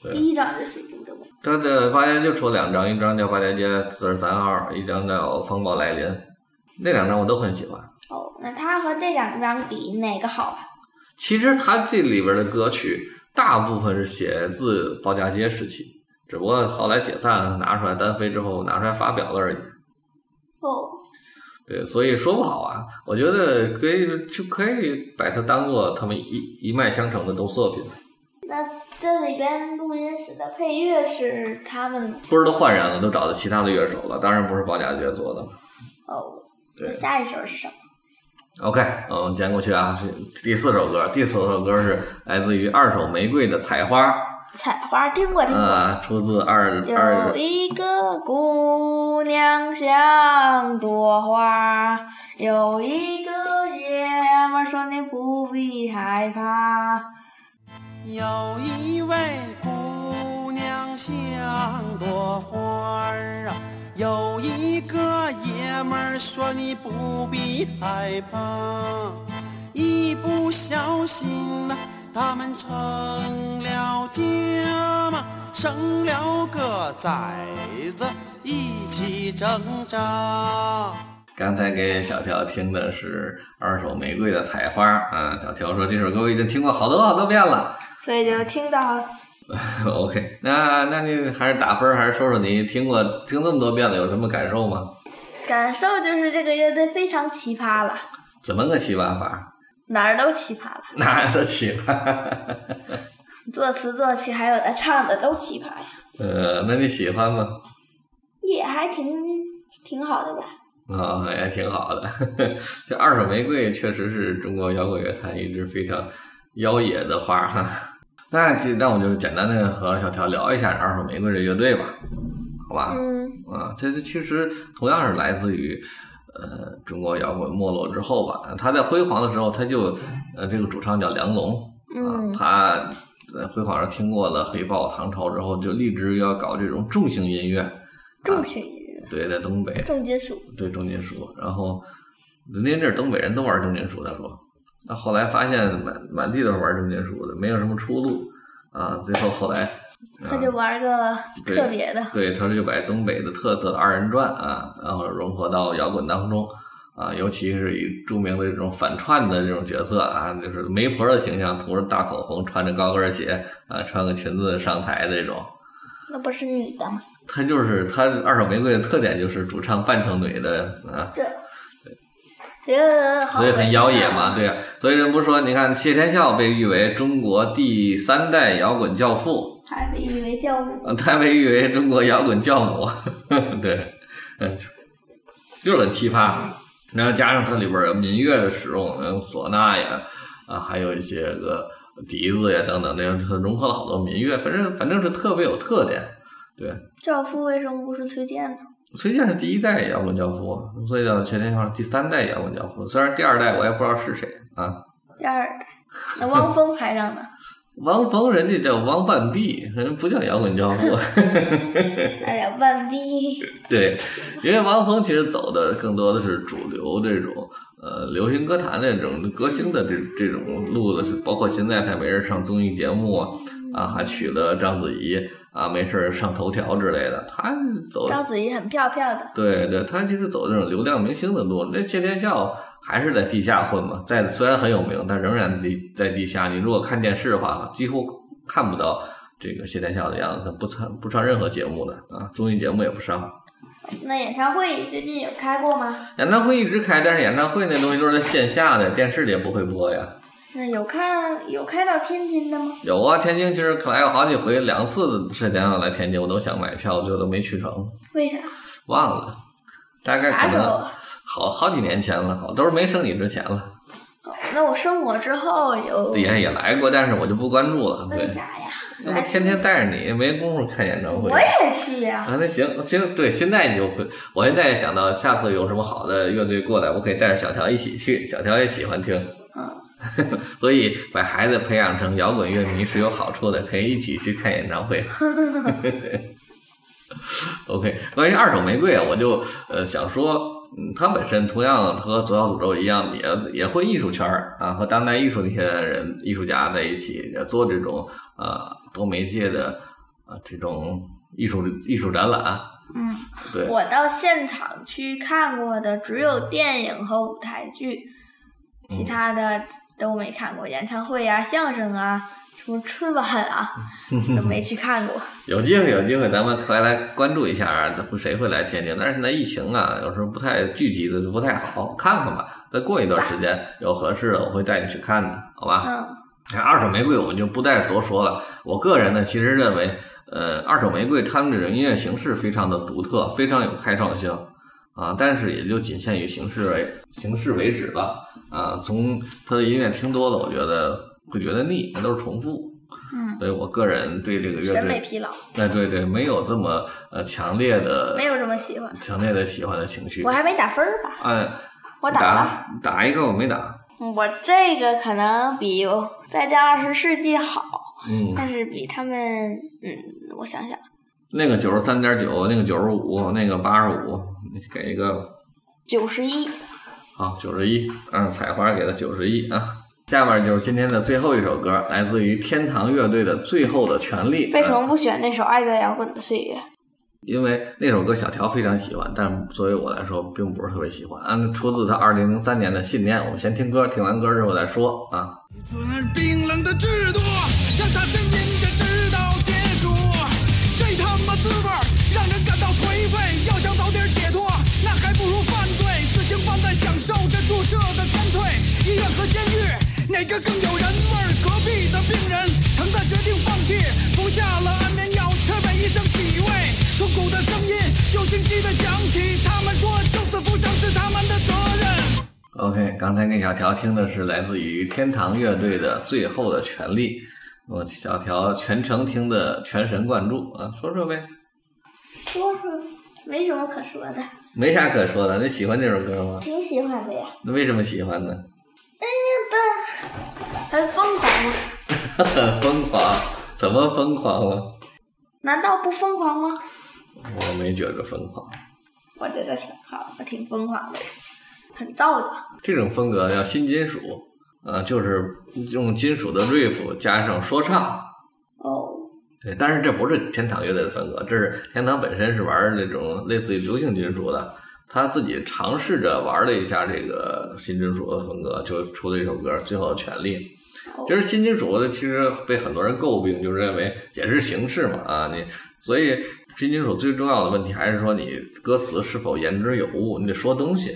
对
第一张就水晶这么。
他的八家就出了两张，一张叫《八家街四十三号》，一张叫《风暴来临》，那两张我都很喜欢。
哦，那他和这两张比，哪个好啊？
其实他这里边的歌曲大部分是写自包家街时期，只不过后来解散拿出来单飞之后拿出来发表了而已。
哦，
对，所以说不好啊，我觉得可以就可以把它当做他们一一脉相承的都作品。
那这里边录音室的配乐是他们
不是都换人了，都找到其他的乐手了，当然不是保家爵做的了。
哦。
对
那下一首是什么？
OK，嗯，讲过去啊，是第四首歌，第四首歌是来自于二手玫瑰的《采花》，
采花听过听过。
啊，出自二
有
二
一个姑娘像朵花，有一个爷们儿说你不必害怕。
有一位姑娘像朵花儿啊，有一个爷们儿说你不必害怕，一不小心呐、他们成了家嘛，生了个崽子，一起挣扎。
刚才给小乔听的是二手玫瑰的《采花》啊，小乔说这首歌我已经听过好多好多遍了。 *laughs*
所以就听到
OK，那那你还是打分儿，还是说说你听过听这么多遍了有什么感受吗？
感受就是这个乐队非常奇葩了，
怎么个奇葩法？ *laughs*
哪儿都奇葩了，
哪有的奇葩？
作词作曲还有他唱的都奇葩呀，
*laughs* 呃，那你喜欢吗？
也还挺挺好的吧。
啊、也挺好的。 *laughs* 这二手玫瑰确实是中国摇滚乐坛一支非常妖冶的花哈。 *laughs* 那这那我就简单的和小乔聊一下二手玫瑰这乐队吧，好吧？
嗯，
啊，这这其实同样是来自于呃中国摇滚没落之后吧。他在辉煌的时候，他就呃这个主唱叫梁龙啊，
嗯
他在辉煌上听过了黑豹、唐朝之后，就立志要搞这种重型音乐。
重型音乐，
对，在东北，
重金属，
对重金属，然后人家这儿东北人都玩重金属，他说，那后来发现满满地都是玩重金属的，没有什么出路啊，最后后来，啊
他就玩个
对
特别的，
对，他就把东北的特色的二人转啊，然后融合到摇滚当中啊，尤其是以著名的这种反串的这种角色啊，就是媒婆的形象，涂着大口红，穿着高跟鞋啊，穿个裙子上台的这种。
那不是女的吗？
他就是他二手玫瑰的特点就是主唱扮成女的啊，
这，觉得好
所以很
可
妖
惜
冶
啊
嘛，对呀、所以人不是说，你看谢天笑被誉为中国第三代摇滚教父，
还被誉为教母。
呃他被誉为中国摇滚教母， *laughs* 对，嗯，就是很奇葩。然后加上它里边儿有民乐的使用，嗯，唢呐呀，啊，还有一些个笛子呀等等，这样它融合了好多民乐，反正反正是特别有特点。对，
教父为什么不是崔健呢？
崔健是第一代摇滚教父，所以叫谢天笑是第三代摇滚教父。虽然第二代我也不知道是谁啊，
第二代，那汪峰排上
*laughs*
呢？
王峰人家叫王半壁，人不叫摇滚教父。
哎呀，万逼！
*laughs* 对，因为王峰其实走的更多的是主流这种呃流行歌坛这种歌星的这这种路子，是包括现在他没事上综艺节目啊，啊还娶了章子怡啊，没事上头条之类的，他走
章子怡很漂漂的，
对对，他其实走这种流量明星的路。那谢天笑还是在地下混嘛，在虽然很有名，但仍然地在地下。你如果看电视的话，几乎看不到这个谢天笑的样子，他不参不上任何节目的啊，综艺节目也不上。
那演唱会最近有开过吗？
演唱会一直开，但是演唱会那东西都是在线下的，电视里也不会播呀。
那有看有开到天津的吗？
有啊，天津其实来过好几回，两次谢天笑来天津，我都想买票，最后都没去成，
为啥？
忘了，大概
啥
可
时候
能
啊？
好好几年前了，都是没生你之前了。
哦那我生我之后有。
也也来过，但是我就不关注了。对
为，啥呀？哎
那不天天带着你，没工夫看演唱会。
我也去呀、
啊，那行行，对，现在你就会，我现在想到下次有什么好的乐队过来，我可以带着小条一起去，小条也喜欢听，
嗯，
*laughs* 所以把孩子培养成摇滚乐迷是有好处的，可以一起去看演唱会。OK，关于二手玫瑰啊，我就呃想说，嗯，它本身同样和左小诅咒一样，也也会艺术圈儿啊，和当代艺术那些人、艺术家在一起也做这种呃多媒介的呃这种艺术艺术展览。啊
嗯，
对，嗯
我到现场去看过的只有电影和舞台剧，其他的都没看过。演唱会啊、相声啊、什么春晚
*laughs*
啊，都没去看过。
有机会有机会，咱们来来关注一下啊，谁会来天津？但是现在疫情啊，有时候不太聚集的就不太好，看看吧。再过一段时间有合适的，我会带你去看的，好吧？
嗯，
二手玫瑰我们就不再多说了。我个人呢，其实认为，呃，二手玫瑰他们这种音乐形式非常的独特，非常有开创性啊，但是也就仅限于形式为形式为止了啊。从他的音乐听多了，我觉得会觉得腻，那都是重复。
嗯，
所以我个人对这个乐
审美
队，
疲劳，
哎，对对，没有这么呃嗯强烈的
没有这么喜欢。
强烈的喜欢的情绪
我。还没打分儿吧？
嗯，
我
打
打了，嗯
打一个我没打，
我这个可能比《再见二十世纪》好，
嗯，
但是比他们，嗯，我想想，
那个九十三点九，那个九十五，那个八十五，你给一个吧。
九十一，
嗯好，九十一，嗯，采花给了九十一啊。下面就是今天的最后一首歌，来自于天堂乐队的《最后的权利》。
为什
呃
么不选那首《爱在摇滚的岁月》？
因为那首歌小条非常喜欢，但作为我来说，并不是特别喜欢。嗯，出自他二零零三年的《信念》。我们先听歌，听完歌之后再说啊。
自然冰冷的制度，让它呻吟着直到结束。这他妈滋味儿让人感到颓废，要想早点解脱，那还不如犯罪。死刑犯在享受着注射的干脆，医院和监狱哪个更有人味儿？隔壁的病人疼得决定放弃，服下了安眠药却被医生洗胃，痛苦的声音又清晰的响起，他们说救死扶伤是他们的责任。
OK，刚才那小条听的是来自于天堂乐队的《最后的权利》，我小条全程听的全神贯注啊，说说呗，
说说，没什么可说的，
没啥可说的。你喜欢这首歌吗？
挺喜欢的呀，
那为什么喜欢呢？ *laughs*
很疯狂吗？
疯狂？怎么疯狂了？
难道不疯狂吗？
我没觉着疯狂。
我觉得挺好的，挺疯狂的，很燥的。
这种风格叫新金属，呃，就是用金属的 riff 加上说唱，
哦，
对，但是这不是天堂乐队的风格，这是天堂本身是玩那种类似于流行金属的，他自己尝试着玩了一下这个新金属的风格，就出了一首歌《最后的权利》。其实新金属的其实被很多人诟病，就是认为也是形式嘛啊，你所以新金属最重要的问题还是说你歌词是否言之有物，你得说东西，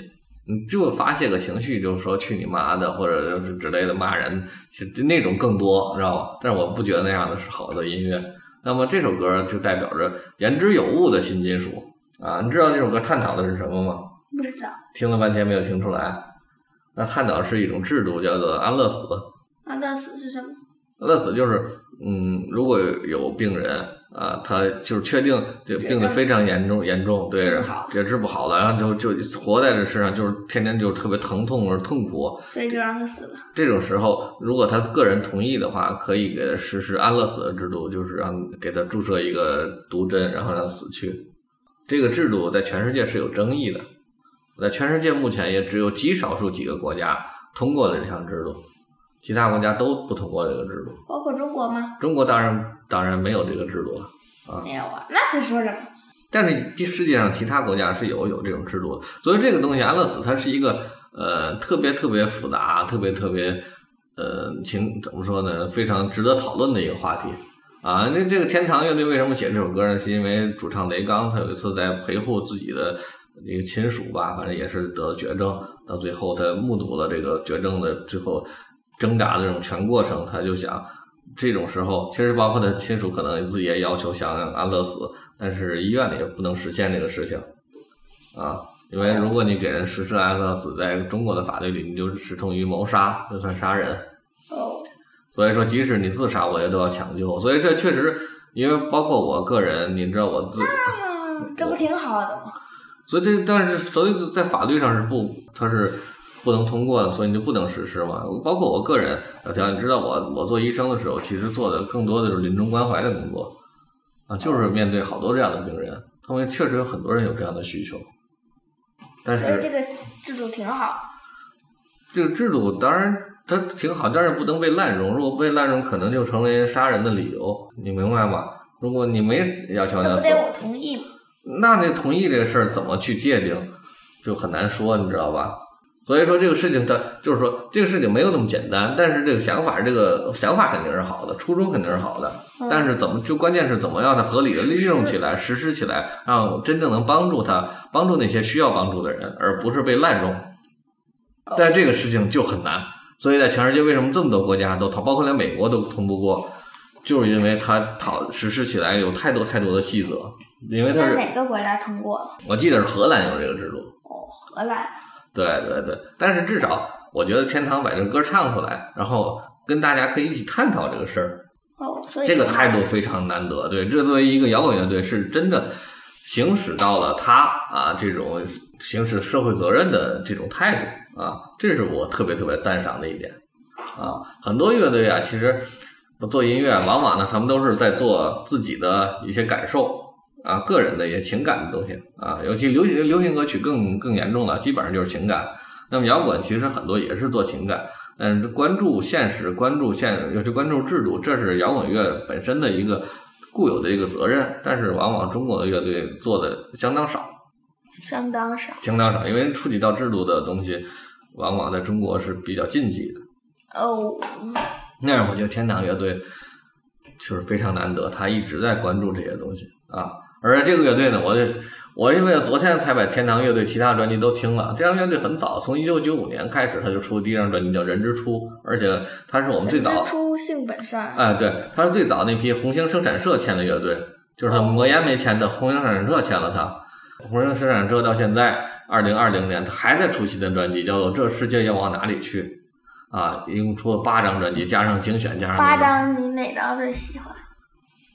你就发泄个情绪，就是说去你妈的或者就是之类的骂人，其实那种更多，知道吧？但是我不觉得那样的是好的音乐。那么这首歌就代表着言之有物的新金属啊，你知道这首歌探讨的是什么吗？
不知道
听了半天没有听出来，那探讨的是一种制度，叫做安乐死。
安乐死是什么？
安乐死就是，嗯，如果有病人啊，他就是确定这病得非常严重，严重，对，
治不好
也治不好了，然后就就活在这世上，就是天天就特别疼痛而痛苦。
所以就让他死了。
这种时候，如果他个人同意的话，可以给他实施安乐死的制度，就是让给他注射一个毒针，然后让他死去。这个制度在全世界是有争议的，在全世界目前也只有极少数几个国家通过了这项制度，其他国家都不通过这个制度。
包括中国吗？
中国当然当然没有这个制度了，
没有啊，那他说什么？
但是世界上其他国家是有有这种制度的。所以这个东西安乐死它是一个呃特别特别复杂、特别特别呃情怎么说呢，非常值得讨论的一个话题。啊，那这个天堂乐队为什么写这首歌呢？是因为主唱雷刚他有一次在陪护自己的一个亲属吧，反正也是得了绝症，到最后他目睹了这个绝症的最后挣扎的这种全过程，他就想，这种时候其实包括他亲属可能自己也要求想让安乐死，但是医院里不能实现这个事情啊，因为如果你给人实施安乐死，在中国的法律里你就视同于谋杀，就算杀人。
哦，
所以说，即使你自杀，我也都要抢救。所以这确实，因为包括我个人，你知道我自，
嗯，这不挺好的吗？
所以这但是所以在法律上是不，它是不能通过的，所以你就不能实施嘛。包括我个人，小条，你知道我我做医生的时候，其实做的更多的就是临终关怀的工作啊，就是面对好多这样的病人，他们确实有很多人有这样的需求，但是
所以这个制度挺好。
这个制度当然它挺好，但是不能被滥用。如果被滥用，可能就成为杀人的理由，你明白吗？如果你没要求
那
安
不
乐
得我
死，
同意吗？
那这同意这个事儿怎么去界定，就很难说，你知道吧？所以说这个事情它就是说这个事情没有那么简单，但是这个想法，这个想法肯定是好的，初衷肯定是好的，
嗯
但是怎么就关键是怎么样的合理的利用起来、实施起来，让真正能帮助他、帮助那些需要帮助的人，而不是被滥用。但这个事情就很难，所以在全世界为什么这么多国家都通，包括连美国都通不过，就是因为它讨实施起来有太多太多的细则，因为它
在
是
哪个国家通过？
我记得是荷兰有这个制度，
哦，荷兰。
对对对，但是至少我觉得天堂把这歌唱出来，然后跟大家可以一起探讨这个事儿，
哦，所以
这个
他
态度非常难得。对，这作为一个摇滚乐队，是真的行使到了他啊这种行使社会责任的这种态度啊，这是我特别特别赞赏的一点啊。很多乐队啊，其实做音乐，往往呢，他们都是在做自己的一些感受。啊，个人的一些情感的东西啊，尤其流行流行歌曲更更严重了，基本上就是情感。那么摇滚其实很多也是做情感，但是嗯关注现实、关注现尤其关注制度，这是摇滚乐本身的一个固有的一个责任。但是往往中国的乐队做的相当少，
相当少。
相当少，因为触及到制度的东西，往往在中国是比较禁忌的。
哦，嗯
那样我觉得天堂乐队就是非常难得，他一直在关注这些东西啊。而且这个乐队呢，我就我因为昨天才把天堂乐队其他专辑都听了。这张乐队很早，从一九九五年开始，他就出第一张专辑叫《人之初》，而且他是我们最早
日出性本善。
哎，对，他是最早那批红星生产社签的乐队，就是
哦
他魔岩没签的，红星生产社签了他。红星生产社到现在二零二零年，他还在出新的专辑，叫做《这世界要往哪里去》啊，一共出了八张专辑，加上精选，加上
八张，你哪张最喜欢？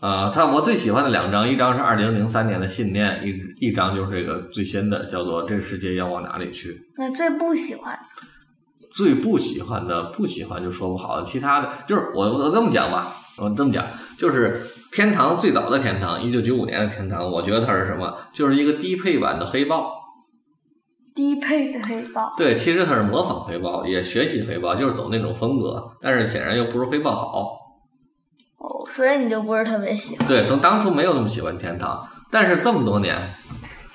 啊，他我最喜欢的两张，一张是二零零三年的《信念》，一一张就是这个最新的，叫做《这世界要往哪里去》。
那最不喜欢？
最不喜欢的，不喜欢就说不好。其他的就是我我这么讲吧，我这么讲就是天堂最早的天堂，一九九五年的天堂，我觉得它是什么？就是一个低配版的黑豹。
低配的黑豹。
对，其实它是模仿黑豹，也学习黑豹，就是走那种风格，但是显然又不如黑豹好。
哦，所以你就不是特别喜欢。
对，从当初没有那么喜欢天堂，但是这么多年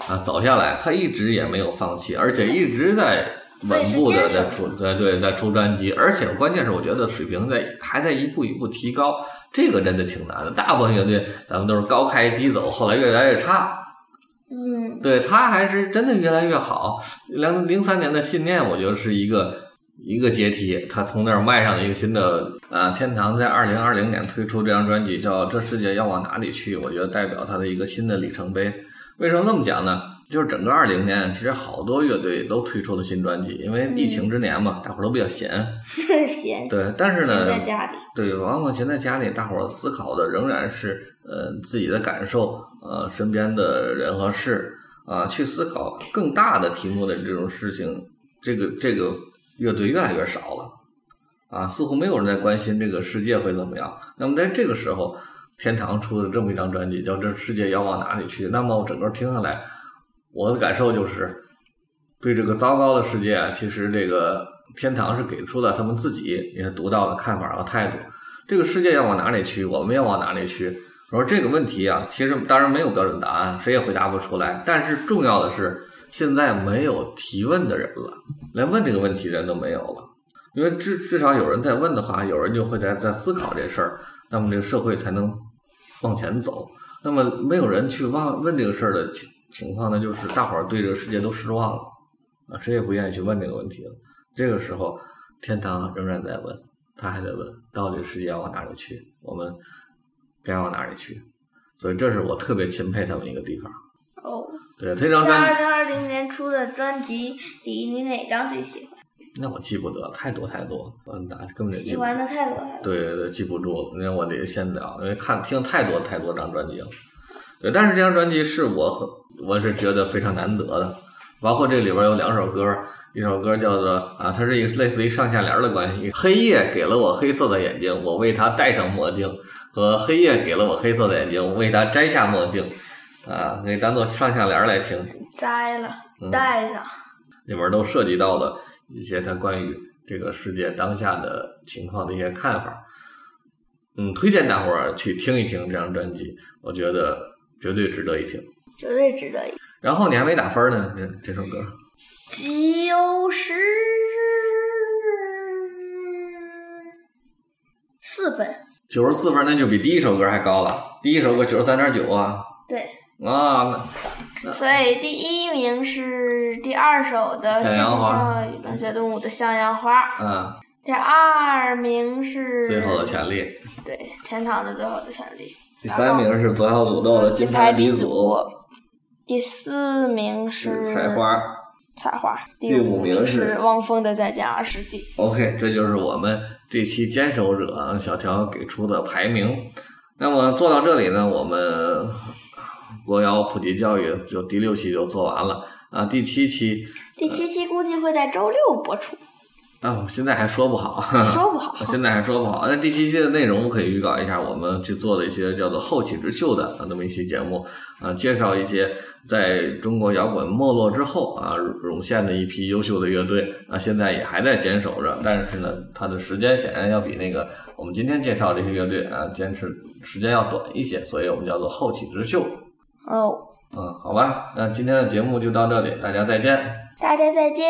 啊走下来，他一直也没有放弃，而且一直在稳步的在出，对对，在出专辑，而且关键是我觉得水平在还在一步一步提高，这个真的挺难的。大部分乐队咱们都是高开低走，后来越来越差。
嗯， *laughs*
对他还是真的越来越好。零零三年的信念，我觉得是一个一个阶梯，他从那儿迈上了一个新的呃天堂。在二零二零年推出这张专辑叫《这世界要往哪里去》，我觉得代表他的一个新的里程碑。为什么这么讲呢？就是整个二零年，其实好多乐队都推出了新专辑，因为疫情之年嘛，大伙儿都比较闲。
闲。
对，但是
闲
呢，
在家里。
对，往往闲在家里，大伙儿思考的仍然是呃自己的感受，呃身边的人和事啊、去思考更大的题目的这种事情，这个这个乐队越来越少了啊，似乎没有人在关心这个世界会怎么样。那么在这个时候，天堂出了这么一张专辑，叫《这世界要往哪里去》。那么我整个听下来，我的感受就是，对这个糟糕的世界啊，其实这个天堂是给出了他们自己也独到的看法和态度。这个世界要往哪里去，我们要往哪里去？我说这个问题啊，其实当然没有标准答案，谁也回答不出来。但是重要的是，现在没有提问的人了，连问这个问题的人都没有了。因为至至少有人在问的话，有人就会在在思考这事儿，那么这个社会才能往前走。那么没有人去问问这个事儿的情情况呢，就是大伙儿对这个世界都失望了，啊，谁也不愿意去问这个问题了。这个时候，天堂仍然在问，他还在问，到底世界要往哪里去？我们该往哪里去？所以这是我特别钦佩他们一个地方。
哦，
对，这张
在
专
二
辑，
零二零年出的专辑里，你哪张最喜欢？那
那我记不得了，太多太多，嗯，那根本就记
喜
不得。
欢的太多了。
对对，记不住了，因为我得先聊，因为看听太多太多张专辑了。对，但是这张专辑是我很我是觉得非常难得的，包括这里边有两首歌，一首歌叫做啊，它是一个类似于上下联的关系，黑夜给了我黑色的眼睛，我为它戴上墨镜，和黑夜给了我黑色的眼睛，我为它摘下墨镜，啊，可以当做上下联来听。
摘了
嗯，
戴上。
里面都涉及到了一些他关于这个世界当下的情况的一些看法。嗯，推荐大伙儿去听一听这张专辑，我觉得绝对值得一听。
绝对值得一听。
然后你还没打分呢，这这首歌
九十四分，
九十四分，那就比第一首歌还高了。第一首歌九十三点九啊
对，
啊，
所以第一名是第二首的《
向阳花
与冷血动物的向阳花》，
那嗯
第二名是
最后的权利。
对天堂的最后的权利，
第三名是《左小诅咒》的
金
牌
鼻
祖，。
第四名是
是采花。
采花。
第五
五
名是
是汪峰的《再见二十季》。
OK，这就是我们这期坚守者小条给出的排名。那么做到这里呢，我们国谣普及教育就第六期就做完了啊，第七期
第七期估计会在周六播出，
啊，我现在还说不好，
说不好
我。现在还说不好。那第七期的内容可以预告一下，我们去做的一些叫做“后起之秀”的啊那么一期节目，啊，介绍一些在中国摇滚没落之后啊涌现的一批优秀的乐队啊，现在也还在坚守着，但是呢，它的时间显然要比那个我们今天介绍这些乐队啊，坚持时间要短一些，所以我们叫做“后起之秀”。
哦，
嗯，好吧，那今天的节目就到这里，大家再见。
大家再见。